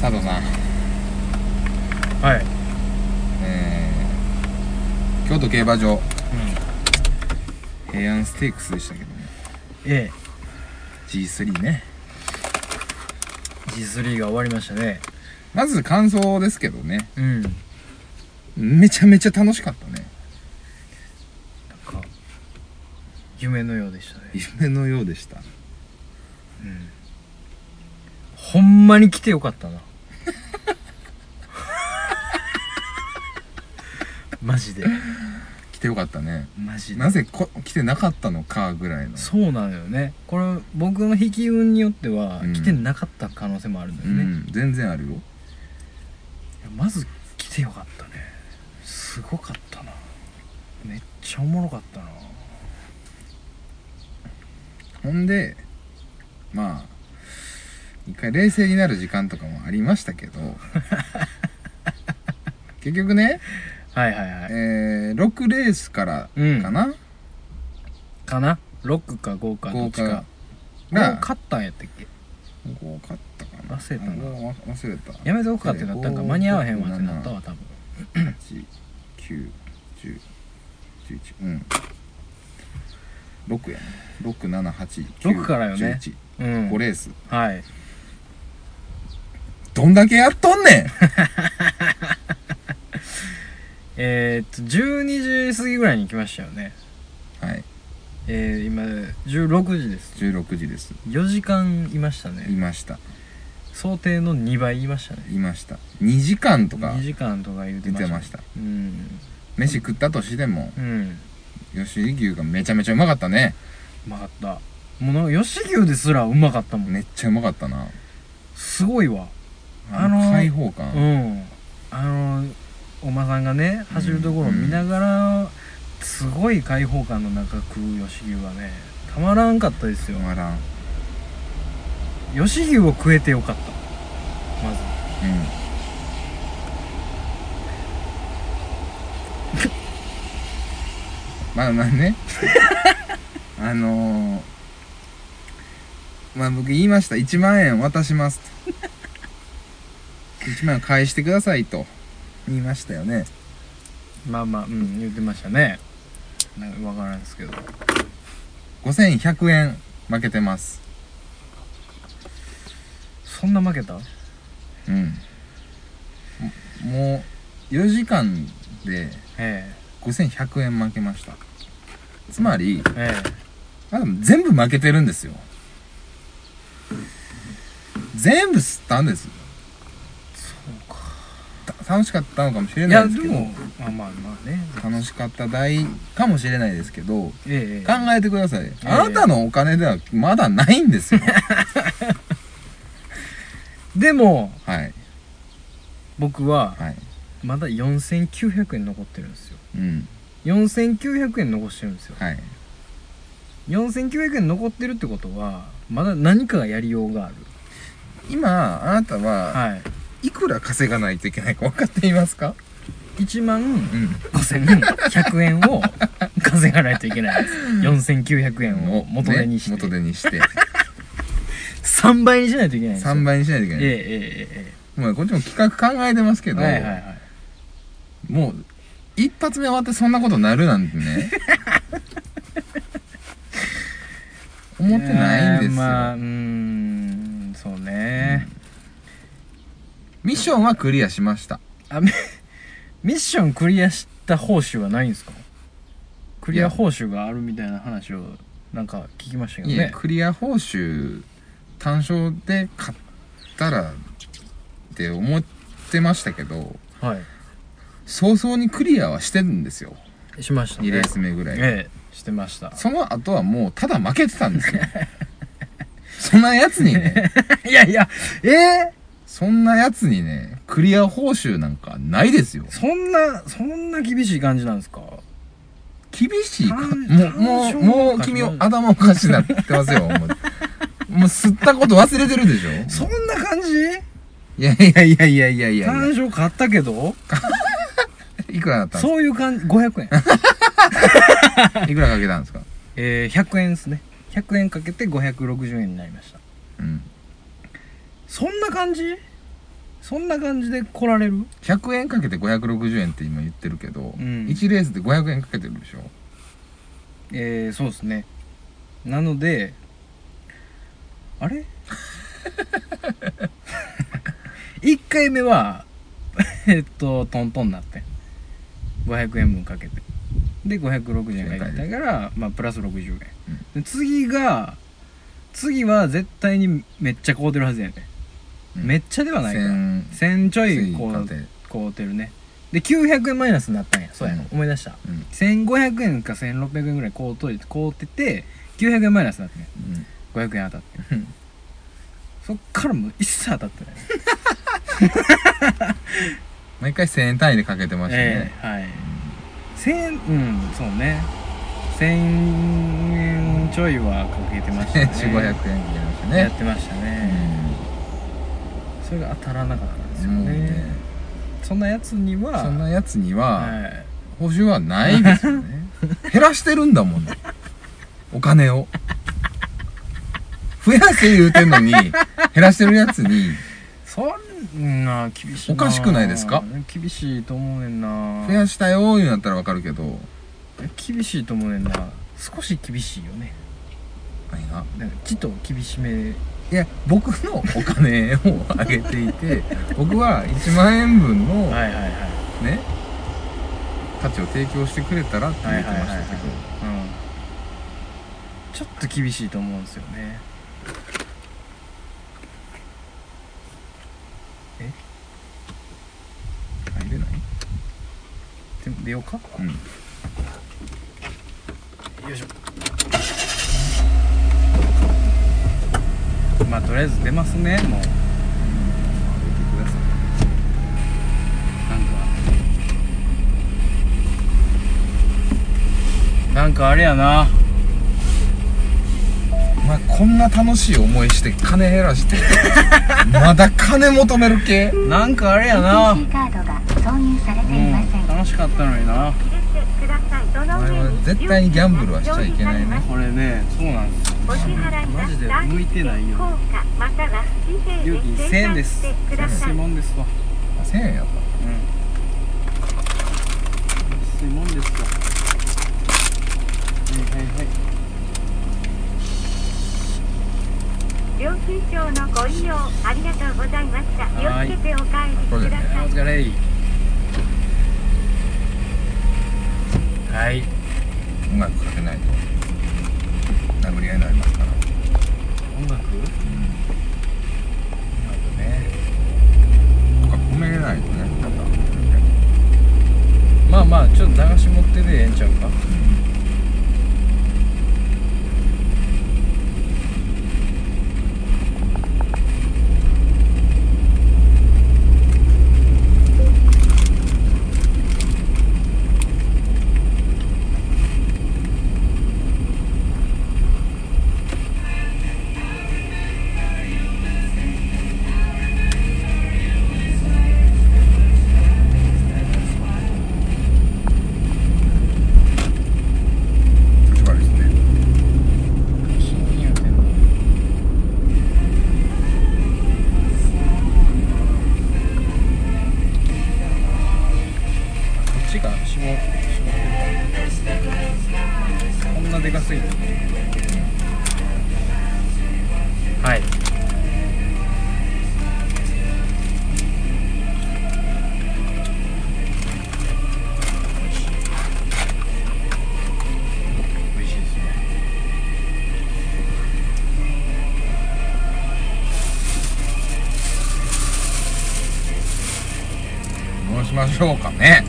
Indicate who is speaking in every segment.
Speaker 1: 佐藤さんう
Speaker 2: はい、
Speaker 1: ーん京都競馬場
Speaker 2: う
Speaker 1: 平安ステークスでしたけどね
Speaker 2: ん、A
Speaker 1: G3 ね
Speaker 2: G3 が終わりましたね
Speaker 1: まず感想ですけどね
Speaker 2: うんなん
Speaker 1: めちゃめちゃ楽しかったね
Speaker 2: か夢のようでしたね
Speaker 1: 夢のようでした
Speaker 2: ほんまに来てよかったな マジで
Speaker 1: 来てよかったね
Speaker 2: マジで
Speaker 1: なぜこ来てなかったのかぐらいの
Speaker 2: そうなのよねこれ僕の引き運によっては、
Speaker 1: うん
Speaker 2: 来てなかった可能性もあるんだ
Speaker 1: う
Speaker 2: よね、い
Speaker 1: ん全然あるよ
Speaker 2: やまず来てよかったねすごかったなめっちゃおもろかったな
Speaker 1: ほんでまあ一回冷静になる時間とかもありましたけど 結局ね、
Speaker 2: はいはいはい
Speaker 1: えー、6レースからかな、
Speaker 2: かな6か5かど
Speaker 1: 豪
Speaker 2: っち
Speaker 1: 華
Speaker 2: か
Speaker 1: が
Speaker 2: もう勝ったんやったっけ
Speaker 1: 豪華ったかな
Speaker 2: 忘れたな
Speaker 1: もう忘れた
Speaker 2: やめとくかってなったんか
Speaker 1: 5
Speaker 2: 間に合わへんわってなったわ多分
Speaker 1: 891011うん6やね6789
Speaker 2: 六からよねうん
Speaker 1: 5レース
Speaker 2: はい
Speaker 1: どんだけやっとんねん
Speaker 2: えー、っと12時過ぎぐらいに来ましたよね
Speaker 1: はい
Speaker 2: えー、今16時です
Speaker 1: 16時です
Speaker 2: 4時間いました
Speaker 1: い
Speaker 2: ね
Speaker 1: ました
Speaker 2: 想定の2倍いましたね
Speaker 1: いました2時間とか
Speaker 2: 2時間とか言うて
Speaker 1: 出
Speaker 2: ましてた
Speaker 1: ました
Speaker 2: うん
Speaker 1: 飯食ったとしても
Speaker 2: うん
Speaker 1: 吉井牛がめちゃめちゃうまかったね
Speaker 2: うまかったもうなんか吉牛ですらうまかったもん
Speaker 1: めっちゃうまかったな
Speaker 2: すごいわ
Speaker 1: あの
Speaker 2: あのー
Speaker 1: 開放
Speaker 2: う
Speaker 1: 感
Speaker 2: んあのお馬さんがね走るところを見ながら、すごい開放感の中食う吉牛はねたまらんかったです
Speaker 1: た
Speaker 2: よ
Speaker 1: まらんうん
Speaker 2: 吉牛を食えてよかったまず
Speaker 1: まあまあね あのーまあ僕言いました1万円渡します と1万円返してくださいと言いましたよね
Speaker 2: まあまあうん言ってましたねなんか分からんですけど
Speaker 1: 5100円負けてます
Speaker 2: そんな負けた
Speaker 1: うんももう4時間で
Speaker 2: え
Speaker 1: 5100円負けましたつまり
Speaker 2: ええ
Speaker 1: あでも全部負けてるんですよ全部吸ったんです
Speaker 2: えそうか
Speaker 1: た楽しかったのかもしれ
Speaker 2: い
Speaker 1: な
Speaker 2: や
Speaker 1: いですけ
Speaker 2: で
Speaker 1: ど
Speaker 2: もまあまあまあね
Speaker 1: 楽しかった代かもしれないですけど
Speaker 2: ええ
Speaker 1: 考えてください、あなたのお金ではまだないん ですよ
Speaker 2: でも
Speaker 1: はい
Speaker 2: 僕は
Speaker 1: はい
Speaker 2: まだ4900円残ってるんですよ
Speaker 1: うん
Speaker 2: 4900円残してるんですよ
Speaker 1: はい
Speaker 2: 4900円残ってるってことはまだ何かがやりようがある
Speaker 1: 今あなたは
Speaker 2: はい
Speaker 1: くら稼がないといけないか分かっていますか
Speaker 2: い1万
Speaker 1: うん
Speaker 2: 5100円を稼がないといけないです4900円を元手にして、
Speaker 1: ね元手に して
Speaker 2: 3倍にしないといけないんですよ
Speaker 1: 3倍にしないといけ
Speaker 2: え
Speaker 1: な
Speaker 2: え
Speaker 1: い、
Speaker 2: えええ
Speaker 1: まあ、こっちも企画考えてますけ
Speaker 2: え
Speaker 1: ど、
Speaker 2: はいはいはい
Speaker 1: もう一発目終わってそんなことなるなんて ね思ってないんですよ、
Speaker 2: えーまあうーんそうね、
Speaker 1: ミッションはクリアしました
Speaker 2: あミミッションクリアした報酬はないんですかクリア報酬があるみたいな話をなんか聞きましたけど
Speaker 1: いや
Speaker 2: ね
Speaker 1: クリア報酬単勝で買ったらって思ってましたけど
Speaker 2: は
Speaker 1: 早々にクリアはしてるんですよ
Speaker 2: いしましたね
Speaker 1: 2レース目ぐらい、
Speaker 2: ええして ました
Speaker 1: その後はもうただ負けてたんです よそんなやつにね
Speaker 2: いやいやええ
Speaker 1: そんなやつにねクリア報酬なんかないですよ
Speaker 2: そんなそんな厳しい感じなんですか
Speaker 1: 厳しいか
Speaker 2: 単
Speaker 1: もうもう
Speaker 2: 単勝
Speaker 1: もう
Speaker 2: か
Speaker 1: 君
Speaker 2: な
Speaker 1: 頭おかしになってますよもうもう吸ったこと忘れてるでしょ
Speaker 2: そんな感じ
Speaker 1: いやいやいやいやいやいや
Speaker 2: 単勝買ったけど
Speaker 1: いくらだったんです
Speaker 2: そういう感じ500円
Speaker 1: かいくらかけたんですか
Speaker 2: ええ100円ですね100円かけて560円になりました
Speaker 1: うん
Speaker 2: そんな感じそんな感じで来られる
Speaker 1: 100円かけて560円って今言ってるけど、
Speaker 2: うん
Speaker 1: 一1レースで500円かけてるでしょ
Speaker 2: えー、そうですねなのであれ 一回目はえっとトントンなってん500円分かけてで560円が入ったから、まあ、プラス60円、で次が次は絶対にめっちゃ買うてるはずやね、
Speaker 1: うん
Speaker 2: めっちゃではないか
Speaker 1: 1000
Speaker 2: 1000ちょい
Speaker 1: 追
Speaker 2: こ
Speaker 1: 加
Speaker 2: う
Speaker 1: で
Speaker 2: 買うてるねで900円マイナスになったんやそうや、
Speaker 1: うん
Speaker 2: 思い出した
Speaker 1: うん
Speaker 2: 1500円か1600円ぐらい買うといて買うてて900円マイナスになってね500円当たっ
Speaker 1: う
Speaker 2: て
Speaker 1: ん
Speaker 2: そっからもう一切当たってない
Speaker 1: 毎回1000円単位でかけてました
Speaker 2: え
Speaker 1: ね、
Speaker 2: えはい1000円うんそうね1000円ちょいはかけて ましたね
Speaker 1: 4500円かけました
Speaker 2: やっ
Speaker 1: ね
Speaker 2: てましたね、それが当たらなかったんです
Speaker 1: う
Speaker 2: よ
Speaker 1: んもう
Speaker 2: ね
Speaker 1: ね
Speaker 2: そんなやつには
Speaker 1: そんなやつには
Speaker 2: はい
Speaker 1: 補充はないですよ ね減らしてるんだもんねお金を増やせ言うてんのに減らしてるやつに
Speaker 2: そんな厳しいな
Speaker 1: おかしくないですか
Speaker 2: 厳しいと思うねんな
Speaker 1: 増やしたよーいうんやったらわかるけど
Speaker 2: 厳しいと思うねんな少し厳しいよね
Speaker 1: 何が
Speaker 2: なんかちょっと厳しめ
Speaker 1: いや僕のお金をあげてい て僕は1万円分の
Speaker 2: いはいはい
Speaker 1: ね価値を提供してくれたらって言ってましたけど
Speaker 2: うんちょっと厳しいと思うんですよね
Speaker 1: 入れない
Speaker 2: で出ようか
Speaker 1: うん
Speaker 2: よいしょまあとりあえず出ますねもう
Speaker 1: ください
Speaker 2: なんかなんかあれやな
Speaker 1: お前こんな楽しい思いして金減らしてまだ金求める系
Speaker 2: なんかあれやなも
Speaker 3: ETC カードが挿入されていません、
Speaker 2: う楽しかったのにな
Speaker 1: お前は絶対にギャンブルはしちゃいけないね
Speaker 2: これねそうなんですよ
Speaker 3: お支払いは
Speaker 2: マジで向いてないよ
Speaker 3: または紙幣
Speaker 2: 料金1000円です安いもんですわ
Speaker 1: 1000円やっ
Speaker 2: うん安いもんですよはいはいはい
Speaker 3: 料金証のご利用ありがとうございました
Speaker 2: はい
Speaker 3: 気をつけてお帰りくださ
Speaker 2: お
Speaker 3: い
Speaker 2: 疲れはい
Speaker 1: た音楽かけないと殴り合いになりますから
Speaker 2: 音楽音楽ね
Speaker 1: とか褒めれないとねまた
Speaker 2: まあまあちょっと流し持ってでええんちゃうか
Speaker 1: 立場ですね
Speaker 2: こっちが絞絞ってるこんなでかすぎるはい美味しいですね
Speaker 1: どうしましょうかね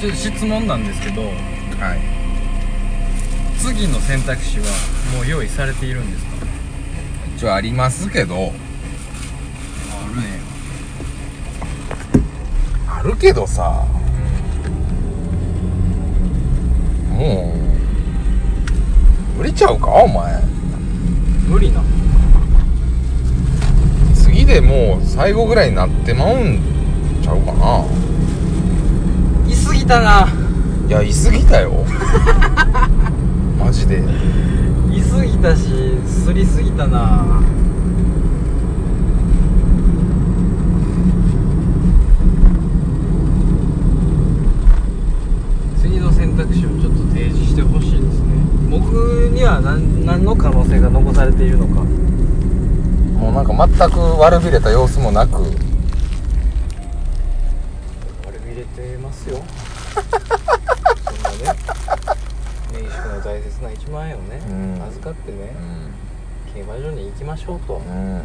Speaker 2: ちょっと質問なんですけど
Speaker 1: はい
Speaker 2: 次の選択肢はもう用意されているんですか
Speaker 1: 一応ありますけど
Speaker 2: あるね
Speaker 1: あるけどさもう売れちゃうかお前
Speaker 2: 無理な
Speaker 1: 次でもう最後ぐらいになってまうんちゃうかな
Speaker 2: 言い過ぎたない
Speaker 1: や言い過ぎたよマジで
Speaker 2: いすぎたしすりすぎたな次の選択肢をちょっと提示してほしいですね僕には何何の可能性が残されているのか
Speaker 1: もうなんか全く悪びれた様子もなく
Speaker 2: 悪びれてますよそんなね民宿の大切な1万円をね、
Speaker 1: うん
Speaker 2: 預かってね
Speaker 1: うん
Speaker 2: 競馬場に行きましょうと、
Speaker 1: う
Speaker 2: 行
Speaker 1: ん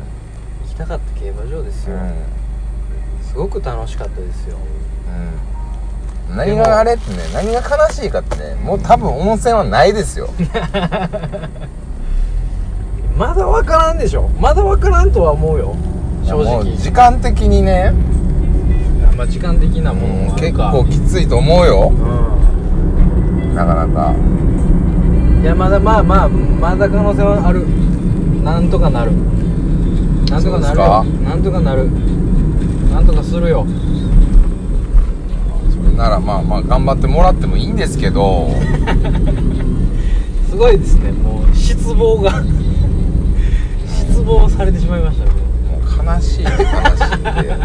Speaker 2: きたかった競馬場です
Speaker 1: う
Speaker 2: よ、
Speaker 1: ん
Speaker 2: すごく楽しかったですよ
Speaker 1: うん何があれってね何が悲しいかってねもう多分温泉はないですよ
Speaker 2: まだ分からんでしょまだ分からんとは思うよ正
Speaker 1: もう
Speaker 2: 直
Speaker 1: 時間的にね
Speaker 2: あまあ時間的なものも
Speaker 1: う
Speaker 2: あ
Speaker 1: ん
Speaker 2: る
Speaker 1: 結
Speaker 2: か
Speaker 1: 構きついと思うよ
Speaker 2: う
Speaker 1: なかなか
Speaker 2: んいやまだまあまあまだ可能性はあるなんとかなるなんとかなるよ
Speaker 1: そうで
Speaker 2: なんとかなるなんとかするよ
Speaker 1: それならまあまあ頑張ってもらってもいいんですけど
Speaker 2: すごいですねもう失望が 失望されてしまいましたね
Speaker 1: もう悲しいって悲しいで
Speaker 2: いや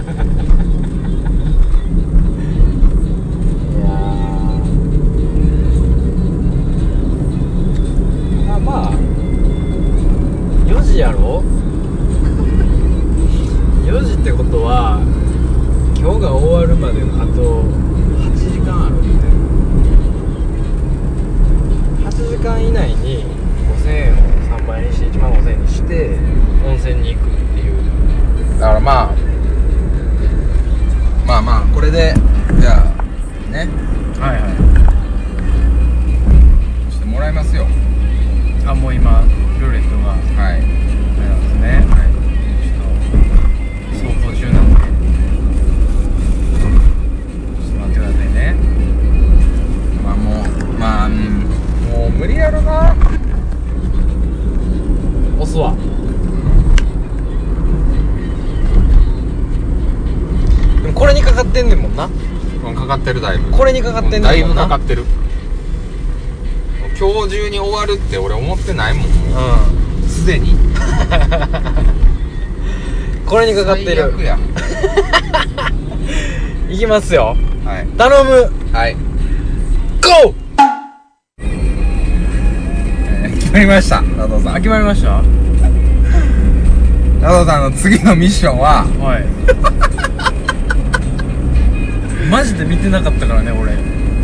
Speaker 2: ーまあまあ4時や ろ4時ってことは今日が終わるまであと8時間あるみたいな8時間以内に5000円を3倍にして1万5000円にして温泉に行くっていう
Speaker 1: だからまあまあまあこれでじゃあね
Speaker 2: はいは
Speaker 1: してもらいますよ
Speaker 2: いあもう今ルーレットが
Speaker 1: はい
Speaker 2: あれなんですねはいちょっと走行中なんでちょっと待ってくださいね
Speaker 1: まあもうまあ、うん、もう無理やろな
Speaker 2: 押すわでもこれにかかってんねんもんな
Speaker 1: うんかかってるだいぶ
Speaker 2: これにかかってんねんもんな
Speaker 1: だいぶかかってるもう今日中に終わるって俺思ってないもんも
Speaker 2: う
Speaker 1: うすでに
Speaker 2: んこれにかかって
Speaker 1: 最悪
Speaker 2: る
Speaker 1: や
Speaker 2: いきますよ
Speaker 1: はい
Speaker 2: 頼む
Speaker 1: はい、
Speaker 2: ゴー
Speaker 1: えー決まりました佐藤さん
Speaker 2: 決まりました
Speaker 1: 佐藤さんの次のミッションは
Speaker 2: はい マジで見てなかったからね俺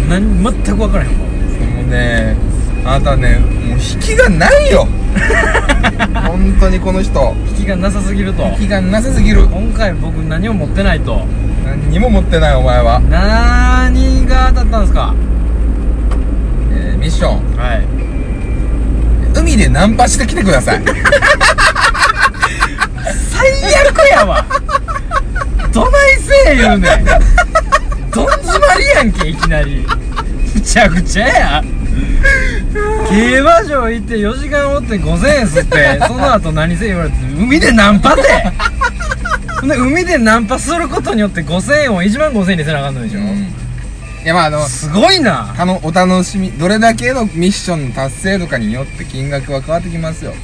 Speaker 2: 何全く分からへんもん
Speaker 1: もうねあなたねもう引きがない よ本当にこの人
Speaker 2: 引きがなさすぎると
Speaker 1: 引きがなさすぎる
Speaker 2: 今回僕何を持ってないと
Speaker 1: 何にも持ってないお前は、
Speaker 2: 何が当たったんですか
Speaker 1: えーミッション
Speaker 2: はい
Speaker 1: 海でナンパしてきてください
Speaker 2: 最悪やわ どないせえ言うねんどん詰まりやんけいきなりむちゃくちゃや競馬場行って4時間おって5000円吸ってその後何せえ言われて海でナンパでほんで海でナンパすることによって5000円を1万5000円にせなあかんのでし
Speaker 1: う
Speaker 2: ょ、
Speaker 1: んいやまああの
Speaker 2: すごいな
Speaker 1: あのお楽しみどれだけのミッションの達成とかによって金額は変わってきますよ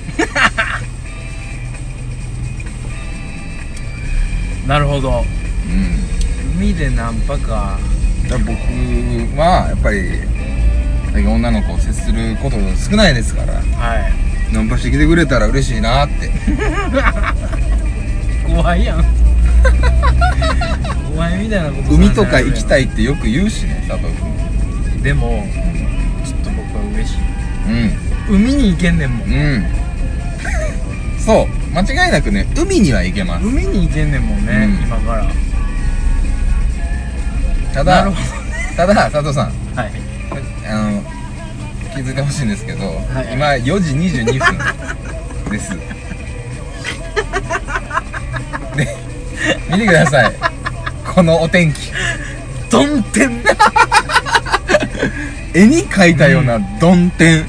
Speaker 2: なるほど
Speaker 1: うん
Speaker 2: 海でナンパか
Speaker 1: だから僕はやっぱり最近女の子を接すること少ないですから
Speaker 2: はい
Speaker 1: ナンパしてきてくれたら嬉しいなって
Speaker 2: 怖いやん 怖いみたいなこと
Speaker 1: 海とか行きた
Speaker 2: い
Speaker 1: いってよく言うしね佐藤君
Speaker 2: でもちょっと僕は嬉しい
Speaker 1: うん
Speaker 2: 海に行けんねんもん
Speaker 1: うん。そう、間違いなくね、海には行けます。
Speaker 2: 海に行けんねんもんね、
Speaker 1: うん
Speaker 2: 今から
Speaker 1: た
Speaker 2: な
Speaker 1: だ
Speaker 2: る、ほ
Speaker 1: ただ、佐藤さん、
Speaker 2: どはい
Speaker 1: あの、気づいてほしいんですけど、
Speaker 2: はい
Speaker 1: 今4時22分です。で、見てください。このお天気。
Speaker 2: どんてん
Speaker 1: 絵に描いたようなどん天。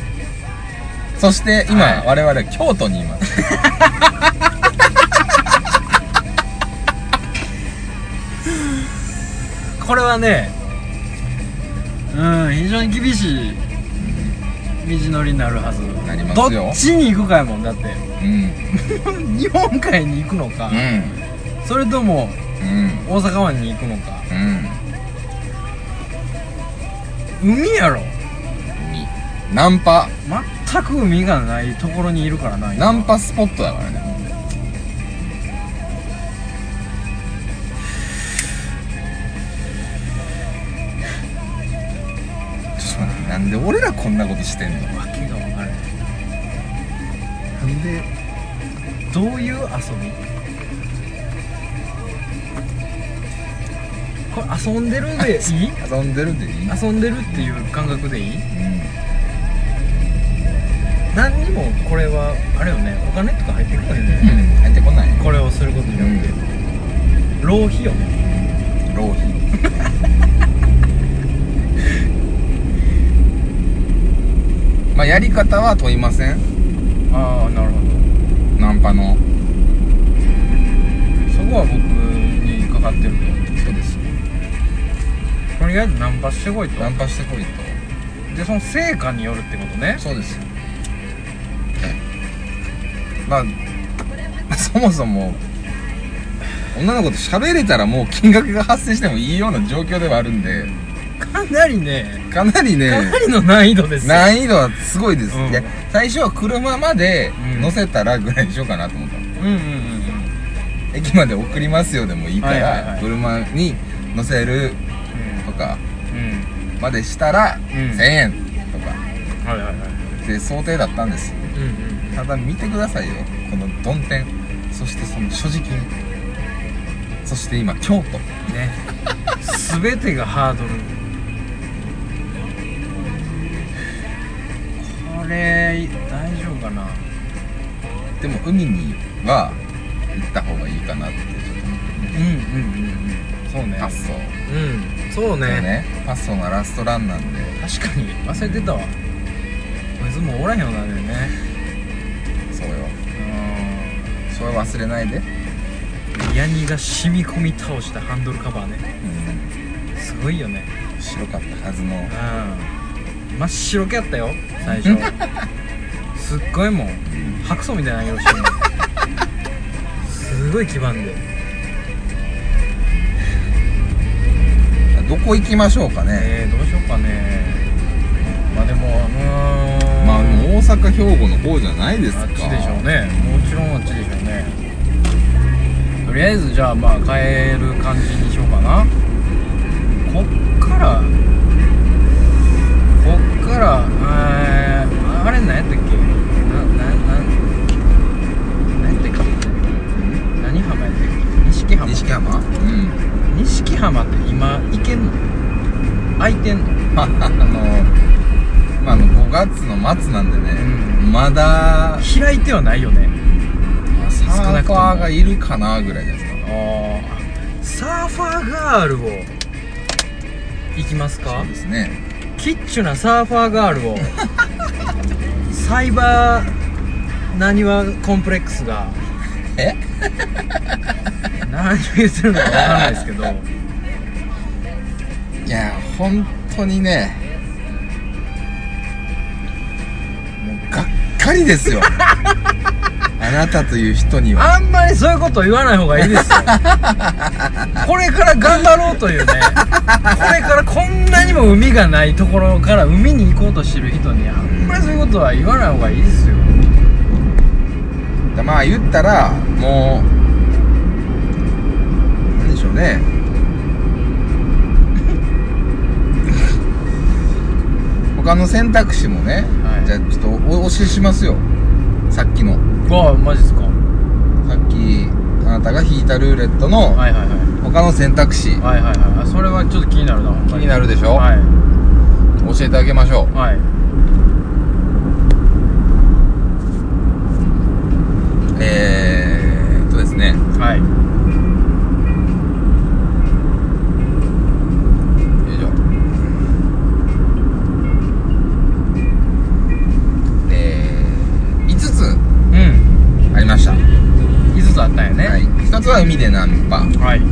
Speaker 1: そして今、
Speaker 2: は
Speaker 1: 我々は京都にいます。
Speaker 2: これはねうん非常に厳しいのりになるはず
Speaker 1: なりますよ
Speaker 2: どっちに行くかやもん だって
Speaker 1: うん
Speaker 2: 日本海に行くのか、
Speaker 1: う
Speaker 2: それとも
Speaker 1: んうん
Speaker 2: 大阪湾に行くのか
Speaker 1: うん
Speaker 2: 海やろ
Speaker 1: 海ナンパ
Speaker 2: 全く海がないところにいるからな今
Speaker 1: ナンパスポットだからねちょっと待ってなんで俺らこんなことしてんの
Speaker 2: わけが分からない
Speaker 1: なんで
Speaker 2: どういう遊びこれ遊んでるでいい
Speaker 1: 遊んでるんでいい
Speaker 2: 遊んでるっていう感覚でい
Speaker 1: う
Speaker 2: い
Speaker 1: ん
Speaker 2: 何にもこれはあれよねお金とか入ってこないね
Speaker 1: 入ってこない
Speaker 2: これをすることによって、浪費よね
Speaker 1: 浪費 まあやり方は問いません
Speaker 2: ああなるほ
Speaker 1: ナンパの
Speaker 2: どそこは僕にかかってるけ
Speaker 1: そうです
Speaker 2: どとりあえずナンパしてこいと
Speaker 1: ナンパしてこい
Speaker 2: でその成果によるってことね
Speaker 1: とそうですまあ そもそも女の子と喋れたらもう金額が発生してもいいような状況ではあるんで
Speaker 2: かなりね
Speaker 1: かなり
Speaker 2: か
Speaker 1: ね
Speaker 2: なりの難易度ですよ
Speaker 1: 難易度はすごいです、
Speaker 2: うん
Speaker 1: いや最初は車まで
Speaker 2: うん
Speaker 1: 乗せたらぐらいにしようかなと思ったの
Speaker 2: うんうんうんうん
Speaker 1: 駅まで送りますよでもいいから、
Speaker 2: はいはいはい
Speaker 1: 車に乗せるとか
Speaker 2: う
Speaker 1: までしたら、
Speaker 2: ん
Speaker 1: 1000円とか
Speaker 2: んはいはいはい
Speaker 1: って想定だったんです
Speaker 2: うんうん
Speaker 1: ただ見てくださいよこの曇天そしてその所持金そして今京都
Speaker 2: ね全てがハードルこれ大丈夫かな
Speaker 1: でも海には行った方がいいかなってちょっと思
Speaker 2: うんうんうんうんそうね
Speaker 1: パッソー
Speaker 2: うんそう
Speaker 1: の
Speaker 2: ね
Speaker 1: ねパッソーがラストランなんで
Speaker 2: 確かに忘れてたわこいつもおらへんようになるよね
Speaker 1: そうよそれ忘れないで、
Speaker 2: うんヤニが染み込み倒したハンドルカバーね
Speaker 1: うん、
Speaker 2: すごいよね
Speaker 1: 白かったはずの
Speaker 2: うん真っ白けやったよ最 初すっごいもん白素みたいな色してるのすごい黄ばんで
Speaker 1: どこ行きましょうかね、
Speaker 2: えー、どうしようかねまあでもあのー、
Speaker 1: まあもう大阪兵庫の方じゃないですか
Speaker 2: あっちでしょうねもちろんあっちでしょうねとりあえずじゃあまあ変える感じにしようかなこっからこっからえー、あれ何やったっけなななん何やったっけ何浜やったっけ錦浜
Speaker 1: 錦浜うん
Speaker 2: 錦浜って今行けんの空いてんの
Speaker 1: まああのまああの5月の末なんでね、
Speaker 2: うん
Speaker 1: まだ
Speaker 2: 開いてはないよね
Speaker 1: サー
Speaker 2: なく
Speaker 1: フ
Speaker 2: とも
Speaker 1: ァーがいるかなぐらいじゃないですか
Speaker 2: ああサーファーガールを行きますか
Speaker 1: そうですね
Speaker 2: キッチュなサーファーガー ルをサイバーなにわコンプレックスが
Speaker 1: え
Speaker 2: 何を言ってるのか分からないですけど
Speaker 1: いや本当にねもうがっかりです よあなたという人には
Speaker 2: あんまりそういうこと言わない方がいいですよこれから頑張ろうというねこれからこんなにも海がないところから海に行こうとしてる人にあんまりそういうことは言わない方がいいですよ
Speaker 1: まあ言ったらもうなんでしょうね 他の選択肢もね、
Speaker 2: はい
Speaker 1: じゃあちょっとおお教えしますよさっきの
Speaker 2: わあマジですか
Speaker 1: さっきあなたが引いたルーレットの
Speaker 2: はいはいはい
Speaker 1: 他の選択肢
Speaker 2: はいはいはいあそれはちょっと気になるなほん
Speaker 1: 気
Speaker 2: ま
Speaker 1: になるでしょ
Speaker 2: はい
Speaker 1: 教えてあげましょう
Speaker 2: はい
Speaker 1: えーっとですね
Speaker 2: はい
Speaker 1: よいしょえー、5つ
Speaker 2: うん
Speaker 1: ありました
Speaker 2: 5つあったんやね
Speaker 1: はい、一つは海でナンパ
Speaker 2: はい、う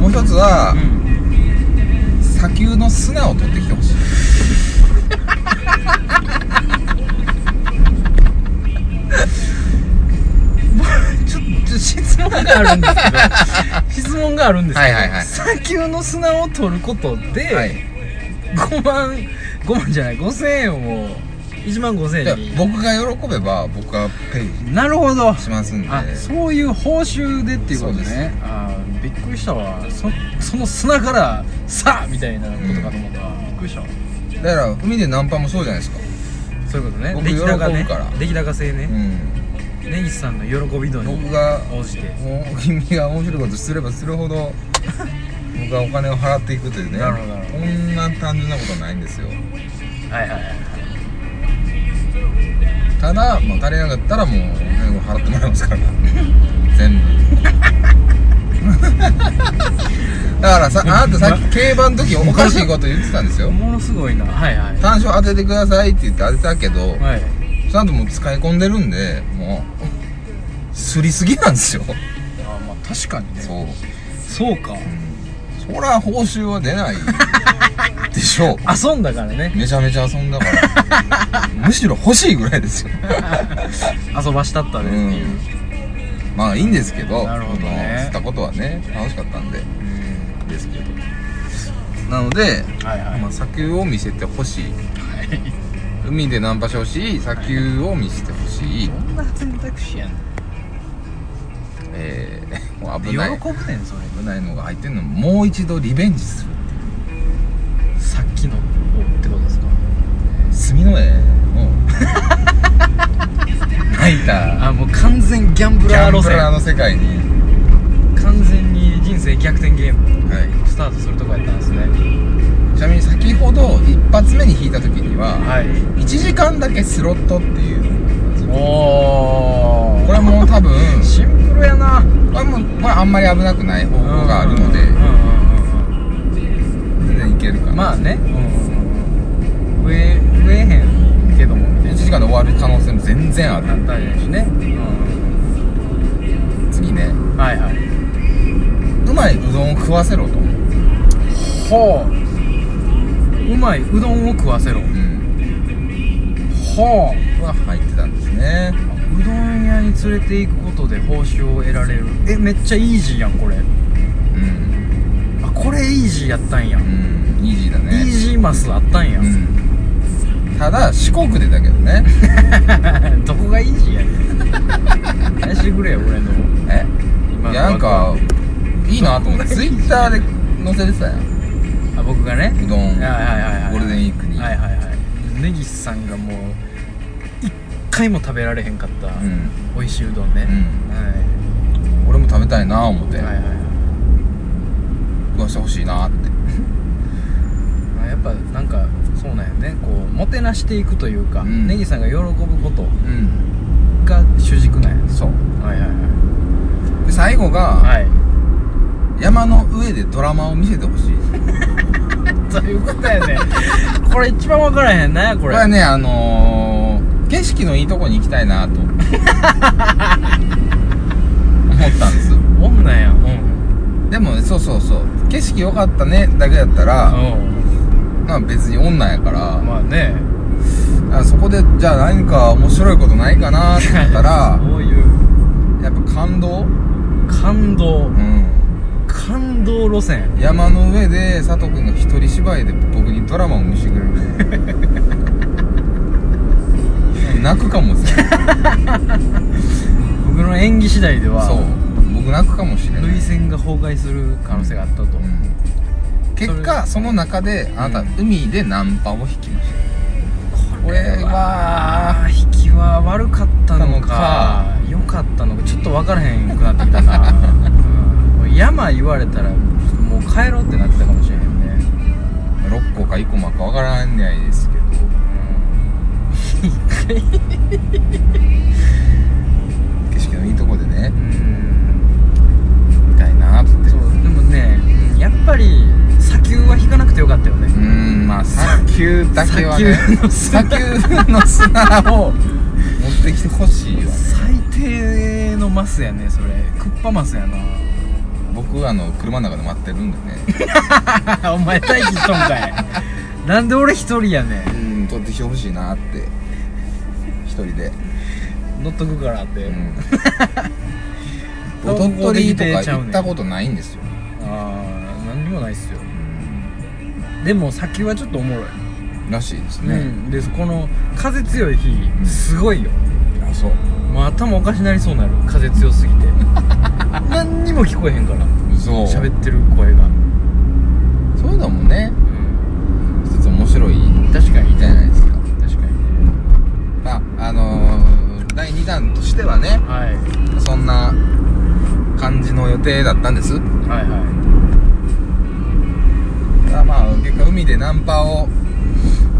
Speaker 1: もう一つは、
Speaker 2: ん、
Speaker 1: 砂丘の砂を取ってきてほしい
Speaker 2: があるんですけど質問があるんですけ
Speaker 1: は
Speaker 2: ど、
Speaker 1: いはいはい
Speaker 2: 砂丘の砂を取ることで、
Speaker 1: はい
Speaker 2: 5万5万じゃない5000円を1万5000
Speaker 1: じゃあ
Speaker 2: 円に
Speaker 1: 僕が喜べば僕はペイ
Speaker 2: なるほど
Speaker 1: しますんで
Speaker 2: あそういう報酬でっていうこと
Speaker 1: そうです
Speaker 2: ねあーびっくりしたわそその砂から「さあ!」みたいなことかと思ったわ、びっくりしたわ
Speaker 1: だから海でナンパもそうじゃないですか
Speaker 2: そういうことね
Speaker 1: 僕
Speaker 2: 出来高ね
Speaker 1: 喜ぶから
Speaker 2: 出来高制
Speaker 1: う
Speaker 2: ね、
Speaker 1: ん
Speaker 2: 根岸さんの喜び度に
Speaker 1: 僕が
Speaker 2: 応じて
Speaker 1: もう君が面白いことすればするほど僕はお金を払っていくというね
Speaker 2: なるほどなるほ
Speaker 1: こんな単純なことはないんですよ
Speaker 2: はいはいはい
Speaker 1: ただ、まあ、足りなかったらもうお金を払ってもらいますから全部 だからさあなたさっき競馬の時おかしいこと言ってたんですよ
Speaker 2: ものすごいなはいはい
Speaker 1: 単勝当ててくださいって言って当てたけど、
Speaker 2: はい
Speaker 1: ちゃんともう使い込んでるんでもうすりすぎなんですよ
Speaker 2: あまあ確かにね
Speaker 1: そう、
Speaker 2: そうか
Speaker 1: うん、そら報酬は出ないでしょう
Speaker 2: 遊んだからね
Speaker 1: めちゃめちゃ遊んだから むしろ欲しいぐらいですよ
Speaker 2: 遊ばしたったでっていう、
Speaker 1: まあいいんですけど
Speaker 2: なるほどね
Speaker 1: この吸ったことはね楽しかったんでですけどなので、
Speaker 2: はいはい、
Speaker 1: まあ、砂丘を見せてほしい
Speaker 2: はい
Speaker 1: 海でナンパしてほしい砂丘を見せてほしい
Speaker 2: ど、んな選択肢やねん
Speaker 1: えー、もう
Speaker 2: で
Speaker 1: 危ない
Speaker 2: 喜ぶねんそれ
Speaker 1: 危ないのが入ってるのもう一度リベンジする
Speaker 2: さっきのってことですか
Speaker 1: 墨の 絵の泣いた
Speaker 2: あもう完全ギャンブ
Speaker 1: ギャン
Speaker 2: ラー路
Speaker 1: ブ
Speaker 2: 線
Speaker 1: ラーの世界に、
Speaker 2: 完全に人生逆転ゲーム
Speaker 1: は
Speaker 2: スタートするとこやったんですね
Speaker 1: い、ちなみに先ほど一発目に弾いた時には、
Speaker 2: はい
Speaker 1: 1時間だけスロットっていう
Speaker 2: おお
Speaker 1: これはもう多分
Speaker 2: シンプルやな
Speaker 1: これはもうこれはあんまり危なくない方法があるので
Speaker 2: うんうんうんうん
Speaker 1: 全然いけるかな
Speaker 2: まあね、増え増えへんけどもみたい
Speaker 1: 1時間で終わる可能性も全然ある
Speaker 2: な反対だしね、う
Speaker 1: 次ね
Speaker 2: ん、はいはいう
Speaker 1: まいうどんを食わせろと、う
Speaker 2: ほううまいうどんを食わせろ
Speaker 1: ん、
Speaker 2: ほ
Speaker 1: は入ってたんですね
Speaker 2: ううどん屋に連れて行くことで報酬を得られるえめっちゃイージーやんこれ
Speaker 1: うん
Speaker 2: あこれイージーやったんや、
Speaker 1: うんイージーだ
Speaker 2: イー
Speaker 1: ね
Speaker 2: ジーマスあったんや、
Speaker 1: うんただ四国でだけどね
Speaker 2: どこがイージーやねん 返してくれよ俺の
Speaker 1: え
Speaker 2: 今の
Speaker 1: いやなんかいいなと思ってツイッターで載せてたやん
Speaker 2: あ僕がね
Speaker 1: うどん
Speaker 2: はいはいはいはい
Speaker 1: ゴールデンウィークに
Speaker 2: はいはいはい根岸さんがもう一回も食べられへんかった、
Speaker 1: うん
Speaker 2: 美味しいうどんね、
Speaker 1: うん
Speaker 2: は
Speaker 1: 俺も食べたいな思っ
Speaker 2: い、
Speaker 1: て、
Speaker 2: はいはいはい
Speaker 1: 食わしてほしいなって
Speaker 2: まあやっぱなんかそうなんやねこうもてなしていくというか、
Speaker 1: うん
Speaker 2: ネギさんが喜ぶこと
Speaker 1: うん
Speaker 2: が主軸なんや
Speaker 1: そう
Speaker 2: はいはい
Speaker 1: で最後が、
Speaker 2: はい
Speaker 1: 山の上でドラマを見せてほしい
Speaker 2: はいということ やねこれ一番分からへんなこ
Speaker 1: こ
Speaker 2: れ
Speaker 1: れはねあのー、景色のいいとこに行きたいな と思ったんです
Speaker 2: 女やんうん
Speaker 1: でもそうそうそう景色良かったねだけだったら、まあ別に女やから、
Speaker 2: うんまあね
Speaker 1: だからそこでじゃあ何か面白いことないかなって言ったら
Speaker 2: そういう
Speaker 1: やっぱ感動
Speaker 2: 感動
Speaker 1: うん
Speaker 2: 感動路線
Speaker 1: 山の上で佐藤君が一人芝居で僕にドラマを見せてくれる泣くかもしれない
Speaker 2: 僕の演技次第では
Speaker 1: そう僕泣くかもしれない
Speaker 2: 涙腺が崩壊する可能性があったと、
Speaker 1: うん結果その中であなた、海でナンパを引きましたこれは
Speaker 2: あー引きは悪かったのか良かったのかちょっと分からへんくなってきた な、うん、山言われたらもう帰ろうってなってたかもしれへんね、
Speaker 1: 6個か1個マかわからないですけど景色のいいとこでね
Speaker 2: うん、うん、
Speaker 1: 見たいなって
Speaker 2: そうでもねうんやっぱり砂丘は引かなくてよかったよ
Speaker 1: う
Speaker 2: ね
Speaker 1: んまあ砂丘だけはね
Speaker 2: 砂丘
Speaker 1: の砂を持ってきてほしいわ
Speaker 2: 最低のマスやねそれクッパマスやな
Speaker 1: 僕あの車の中で待ってるんでね
Speaker 2: お前待機しとんかい なんで俺一人やね
Speaker 1: う
Speaker 2: ん
Speaker 1: ん取ってきてほしいなって一人で
Speaker 2: 乗っとくからって、
Speaker 1: うん お鳥取とか行ったことないんですよ、
Speaker 2: ああ何にもないっすよ
Speaker 1: うん
Speaker 2: でも先はちょっとおもろい、
Speaker 1: らしいです
Speaker 2: う
Speaker 1: ね、
Speaker 2: んでこの風強い日
Speaker 1: ん
Speaker 2: すごいよ、
Speaker 1: あそう
Speaker 2: もう頭おかしなりそうになる風強すぎ て何にも聞こえへんから
Speaker 1: そう
Speaker 2: 喋ってる声が、
Speaker 1: そういうのもね一つ面白い
Speaker 2: 確かに
Speaker 1: じゃないですか
Speaker 2: 確かに
Speaker 1: まああのー、第2弾としてはね
Speaker 2: はい
Speaker 1: そんな感じの予定だったんです
Speaker 2: はいは
Speaker 1: ただまあ結果海でナンパを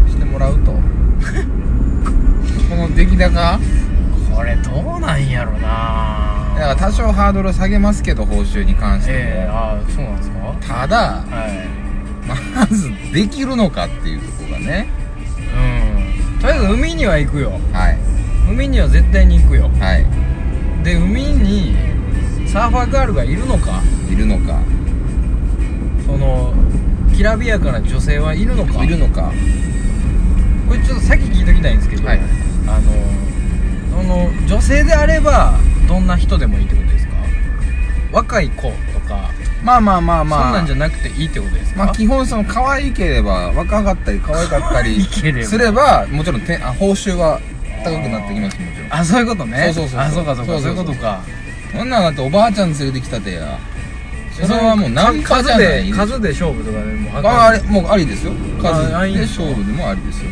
Speaker 1: してもらう とこの出来高
Speaker 2: いこれどうなんやろ
Speaker 1: だか
Speaker 2: な
Speaker 1: ら多少ハードル下げますけど報酬に関しても、
Speaker 2: ええああそうなんですか
Speaker 1: ただ
Speaker 2: はい
Speaker 1: まずできるのかっていうところがね
Speaker 2: うんとりあえず海には行くよ
Speaker 1: はい
Speaker 2: 海には絶対に行くよ
Speaker 1: はい
Speaker 2: で海にサーファーガールがいるのか
Speaker 1: いるのか
Speaker 2: そのきらびやかな女性はいるのか
Speaker 1: いるのか
Speaker 2: これちょっと先聞いときたいんですけど、
Speaker 1: はい
Speaker 2: あのその女性であればどんな人でもいいってことですか若い子とか、
Speaker 1: まあまあまあまあ
Speaker 2: そんなんじゃなくていいってことですか、
Speaker 1: まあ基本その可愛ければ若かったり可愛かったり
Speaker 2: 可愛ければ
Speaker 1: すればもちろんてあ報酬は高くなってきますもちろん
Speaker 2: あそういうことね
Speaker 1: そうそうそうそう
Speaker 2: あそうかそうか
Speaker 1: そうそうう
Speaker 2: そ
Speaker 1: そう
Speaker 2: いうことか
Speaker 1: そんなんだっておばあちゃん連れてきたてやそれはもうナンパじゃない
Speaker 2: 数で数で勝負とかでもう
Speaker 1: ああれもうありですよ数
Speaker 2: ああいいん
Speaker 1: で
Speaker 2: ですか
Speaker 1: 勝負でもありですよ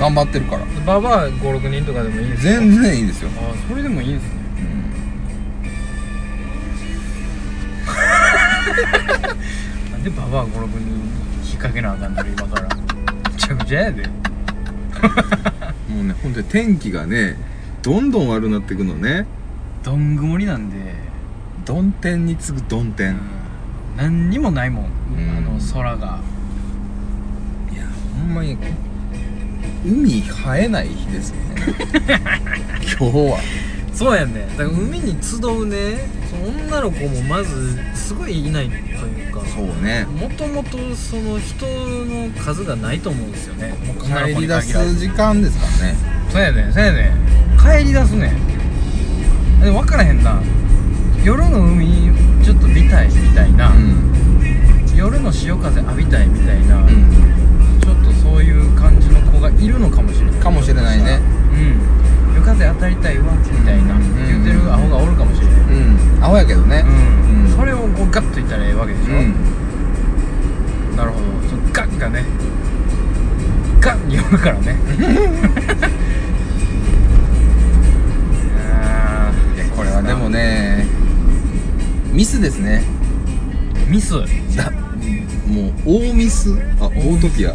Speaker 1: 頑張ってるから
Speaker 2: ババア56人とかでもいいですか
Speaker 1: 全然いいですよ
Speaker 2: あそれでもいいですねなんでババア56人引っ掛けなあかんの今からめちゃくちゃやで
Speaker 1: もうね本当に天気がねどんどん悪くなっていくのね
Speaker 2: どん曇りなんで、
Speaker 1: どん天に次ぐどん
Speaker 2: う
Speaker 1: 天
Speaker 2: ん、何にもないもん、
Speaker 1: ん
Speaker 2: あの空が
Speaker 1: いやほんまに海生えない日ですよね 今日は
Speaker 2: そうやねだから海に集うねその女の子もまずすごいいないというか
Speaker 1: そうね
Speaker 2: もともとその人の数がないと思うんですよねもう女の
Speaker 1: 帰
Speaker 2: 子
Speaker 1: り出
Speaker 2: に限らず
Speaker 1: す時間ですからね
Speaker 2: そうやねそうやね帰り出すねで分からへんな夜の海ちょっと見たいみたいな、
Speaker 1: うん
Speaker 2: 夜の潮風浴びたいみたいな、
Speaker 1: う
Speaker 2: ちょっとそういう感じの子がいるのかもしれない
Speaker 1: んかもしれないね
Speaker 2: うん夜風当たりたいわみたいな、
Speaker 1: ん
Speaker 2: 言ってるアホがおるかもしれない、
Speaker 1: うんアホやけどね
Speaker 2: うん
Speaker 1: うん
Speaker 2: それをこうガッといったらええわけでしょ、
Speaker 1: うん
Speaker 2: なるほどそのガッがねガッによるからねあ ー
Speaker 1: いやこれはでもねミスですね
Speaker 2: ミス
Speaker 1: だもう大ミスあオートピア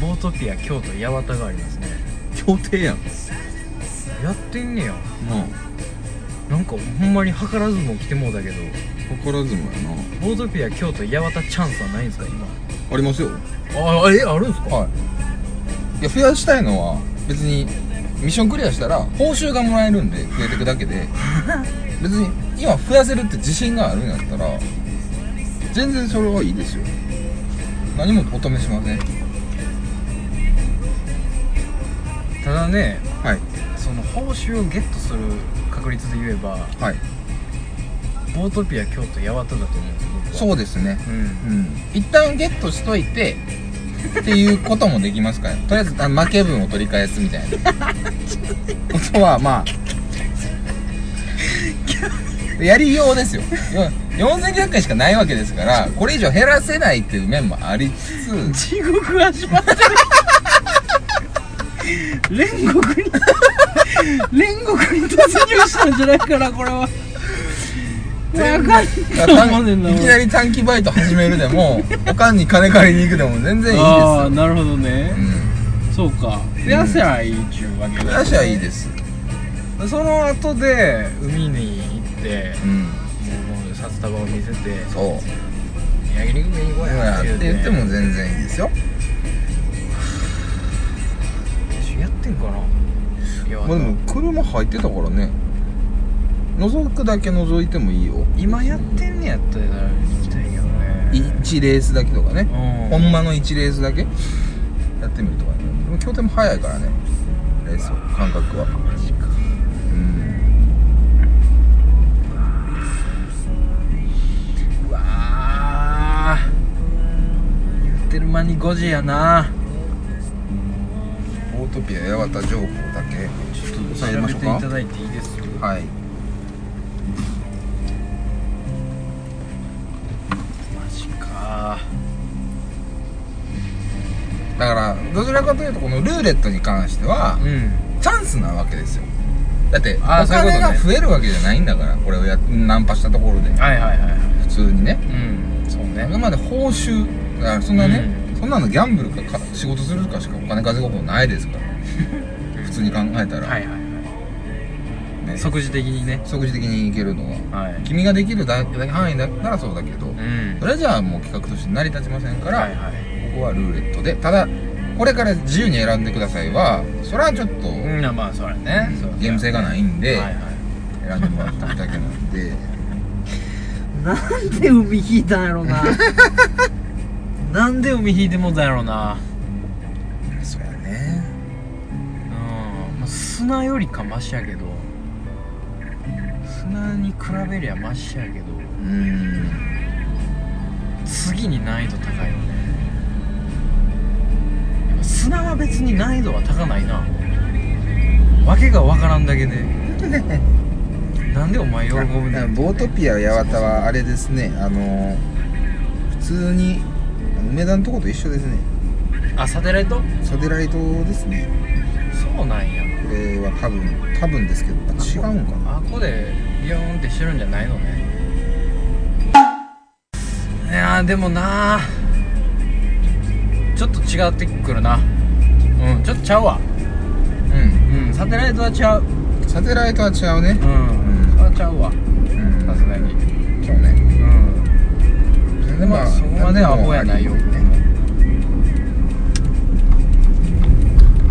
Speaker 2: ボートピア京都八幡がありますね
Speaker 1: 協定やん
Speaker 2: やってんねや
Speaker 1: も
Speaker 2: なんかほんまに図らずも来てもうだけど
Speaker 1: う心相撲やな
Speaker 2: ボートピア京都八幡チャンスはないんですか今
Speaker 1: ありますよ
Speaker 2: あえあるんですか
Speaker 1: はいいや増やしたいのは別にミッションクリアしたら報酬がもらえるんで増えていくだけ で別に今増やせるって自信があるんやったら全然それはいいですよ何もお止めしません
Speaker 2: ただね
Speaker 1: はい
Speaker 2: その報酬をゲットする確率で言えば
Speaker 1: はい
Speaker 2: ボートピア京都八幡だと思うんです僕は
Speaker 1: そうですね
Speaker 2: うん
Speaker 1: うん一旦ゲットしといてっていうこともできますから、 とりあえずあ負け分を取り返すみ たいなことはま あやりようですよよ4900回しかないわけですからこれ以上減らせないっていう面もありつ つ
Speaker 2: 地獄が始まってる煉獄に煉獄に突入したんじゃないかなこれは分かん
Speaker 1: だか
Speaker 2: な
Speaker 1: ら
Speaker 2: いと思うねんな
Speaker 1: 短いきなり短期バイト始めるで もおかんに金借りに行くでも全然いいです
Speaker 2: ああ
Speaker 1: よ
Speaker 2: なるほどね、そうか増やせばいいっちゅうわけ
Speaker 1: うん
Speaker 2: だ
Speaker 1: 私はいいです
Speaker 2: その後で海に行って
Speaker 1: うん
Speaker 2: もう札束を見せて
Speaker 1: そう
Speaker 2: 「焼肉食いに行こうや」
Speaker 1: って言っても全然いいですよ
Speaker 2: やってんかないや、
Speaker 1: まあ、でも車入ってたからね覗くだけ覗いてもいいよ
Speaker 2: 今やってんねやったら行きたいけどね
Speaker 1: 1レースだけとかね
Speaker 2: う
Speaker 1: ほ
Speaker 2: ん
Speaker 1: んまの1レースだけやってみるとかねでも競艇も早いからねレースは感覚は
Speaker 2: マジか
Speaker 1: うん
Speaker 2: わ言ってる間に5時やな
Speaker 1: オートピア八幡情報だけ
Speaker 2: ちょっと
Speaker 1: 調
Speaker 2: 調
Speaker 1: べ
Speaker 2: べ
Speaker 1: て
Speaker 2: て
Speaker 1: い
Speaker 2: い
Speaker 1: た
Speaker 2: た
Speaker 1: だ
Speaker 2: だいていいですか
Speaker 1: はい
Speaker 2: マジか
Speaker 1: だからどちらかというとこのルーレットに関しては
Speaker 2: うん
Speaker 1: チャンスなわけですよだってお
Speaker 2: あーそういうこと
Speaker 1: 金
Speaker 2: ね
Speaker 1: が増えるわけじゃないんだからこれをやナンパしたところで
Speaker 2: はいはいはい
Speaker 1: 普通にね
Speaker 2: うんそう
Speaker 1: あ
Speaker 2: ね
Speaker 1: くまで報酬だからそんなね、そんなのギャンブルかか仕事するかしかお金稼ぐ方法ないですから 普通に考えたら、
Speaker 2: はいはいは
Speaker 1: ね
Speaker 2: い即時的にね
Speaker 1: 即時的にいけるのは
Speaker 2: はい
Speaker 1: 君ができるだけ範囲だったらそうだけど、
Speaker 2: うん
Speaker 1: それじゃあもう企画として成り立ちませんから、
Speaker 2: はいはい
Speaker 1: ここはルーレットでただこれから自由に選んでくださいはそれはちょっと、
Speaker 2: うんまあそれねそう
Speaker 1: ゲーム性がないんで、
Speaker 2: はいはい
Speaker 1: 選んでもらっただけなん で
Speaker 2: なんで海引いたんやろな なんで海引いてもうたんやろな
Speaker 1: そうやね
Speaker 2: うんまあ砂よりかマシやけど砂に比べりゃマシやけど
Speaker 1: うん
Speaker 2: 次に難易度高いよねやっぱ砂は別に難易度は高ないなわけがわからんだけでなんでお前喜ぶねんっていうね
Speaker 1: ボートピア八幡はあれですねあの普通にあの梅田のとこと一緒ですね
Speaker 2: あサテライト
Speaker 1: サテライトですね
Speaker 2: そうなんや
Speaker 1: これは多分多分ですけど違うんかな
Speaker 2: あこでビヨーンってしてるんじゃないのねいやーでもなーちょっと違ってくるなうんちょっとちゃうわ
Speaker 1: う
Speaker 2: うんサテライトはちゃううん
Speaker 1: んサテライトは違うね
Speaker 2: それはちゃうわ
Speaker 1: うん
Speaker 2: さすがに
Speaker 1: そうね
Speaker 2: うん
Speaker 1: で
Speaker 2: まあそこまではアホやないよ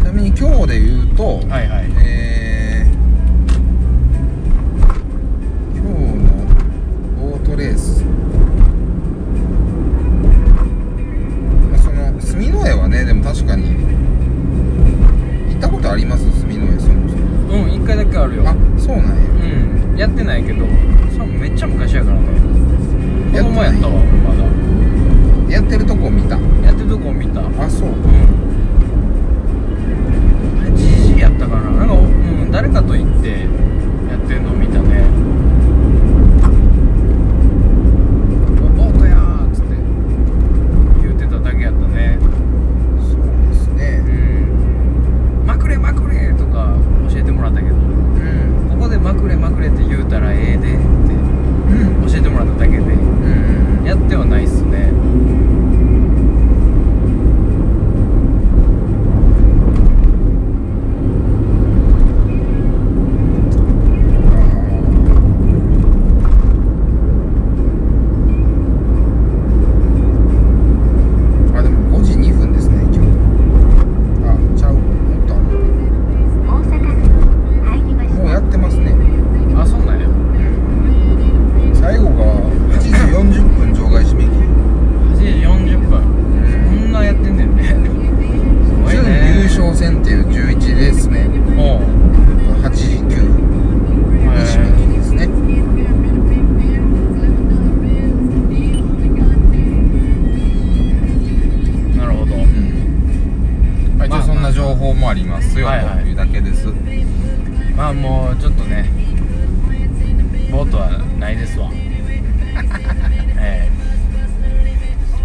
Speaker 1: ちなみに今日で言うと、
Speaker 2: はいはい
Speaker 1: えー今日のボートレース、まあ、その住之江はねでも確かに行ったことあります住之江そもそも
Speaker 2: うん一回だけあるよ
Speaker 1: あそうなんや
Speaker 2: うんやってないけどそれもめっちゃ昔やからね
Speaker 1: や
Speaker 2: 子
Speaker 1: ってない
Speaker 2: 供やったわまだ
Speaker 1: やってるとこ見た
Speaker 2: やってるとこ見た
Speaker 1: あそう
Speaker 2: うんじじいやったかななんか、うん、誰かと行ってやってんの見たね「ボートやー」っつって言うてただけやったね
Speaker 1: そうです
Speaker 2: う
Speaker 1: ね
Speaker 2: ん「まくれまくれ」とか教えてもらったけ
Speaker 1: う
Speaker 2: ど「
Speaker 1: ん
Speaker 2: ここでまくれまくれ」って言うたらええでって
Speaker 1: うん
Speaker 2: 教えてもらっただけで
Speaker 1: うん
Speaker 2: やってはないっすね
Speaker 1: あでも5時2分ですね今日あちゃうもっとある
Speaker 3: 大阪府入りました
Speaker 1: もうやってますね
Speaker 2: あそうなんや
Speaker 1: 最後が8時40分場外締め切り
Speaker 2: 8時40分こんなやってんねんねすごい
Speaker 1: 準優
Speaker 2: ね
Speaker 1: 勝戦っていう11レース目
Speaker 2: もう
Speaker 1: 8時9分に締め切りですね
Speaker 2: なるほど
Speaker 1: うんまあ一応そんな情報もありますよと
Speaker 2: はいはい
Speaker 1: いうだけです
Speaker 2: まあもうちょっとねボートはないですわ ええ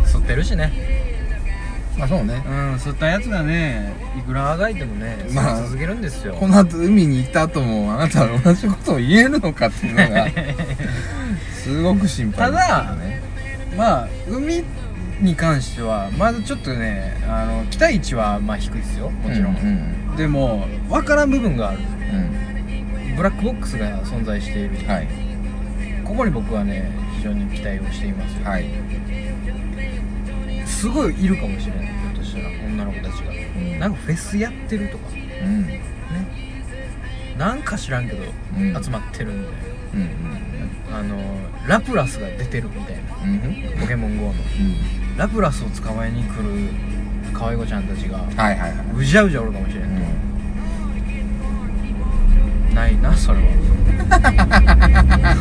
Speaker 2: 吸ってるしね
Speaker 1: まあそうね
Speaker 2: うん吸ったやつがねいくらあがいてもね吸
Speaker 1: まあ
Speaker 2: い続けるんですよ、
Speaker 1: この後海に行った後もあなたは同じことを言えるのかっていうのがすごく心配ですけどね
Speaker 2: まあ海に関してはまだちょっとねあの期待値はまあ低いですよもちろん、
Speaker 1: うんうん
Speaker 2: でも分からん部分がある
Speaker 1: うん
Speaker 2: ブラックボックスが存在している、
Speaker 1: はい
Speaker 2: ここに僕はね非常に期待をしていますよ
Speaker 1: はい
Speaker 2: すごいいるかもしれないひょっとしたら女の子たちが、
Speaker 1: ん
Speaker 2: なんかフェスやってるとか
Speaker 1: うん
Speaker 2: なんか知らんけど、
Speaker 1: うん
Speaker 2: 集まってるんで
Speaker 1: うん
Speaker 2: あのラプラスが出てるみたいな
Speaker 1: うんうん
Speaker 2: ポケモン GO の
Speaker 1: う
Speaker 2: ラプラスを捕まえに来る可愛い子ちゃんたちが
Speaker 1: んはいはいはいう
Speaker 2: じゃうじゃおるかもしれ、
Speaker 1: うんん
Speaker 2: ないなそれは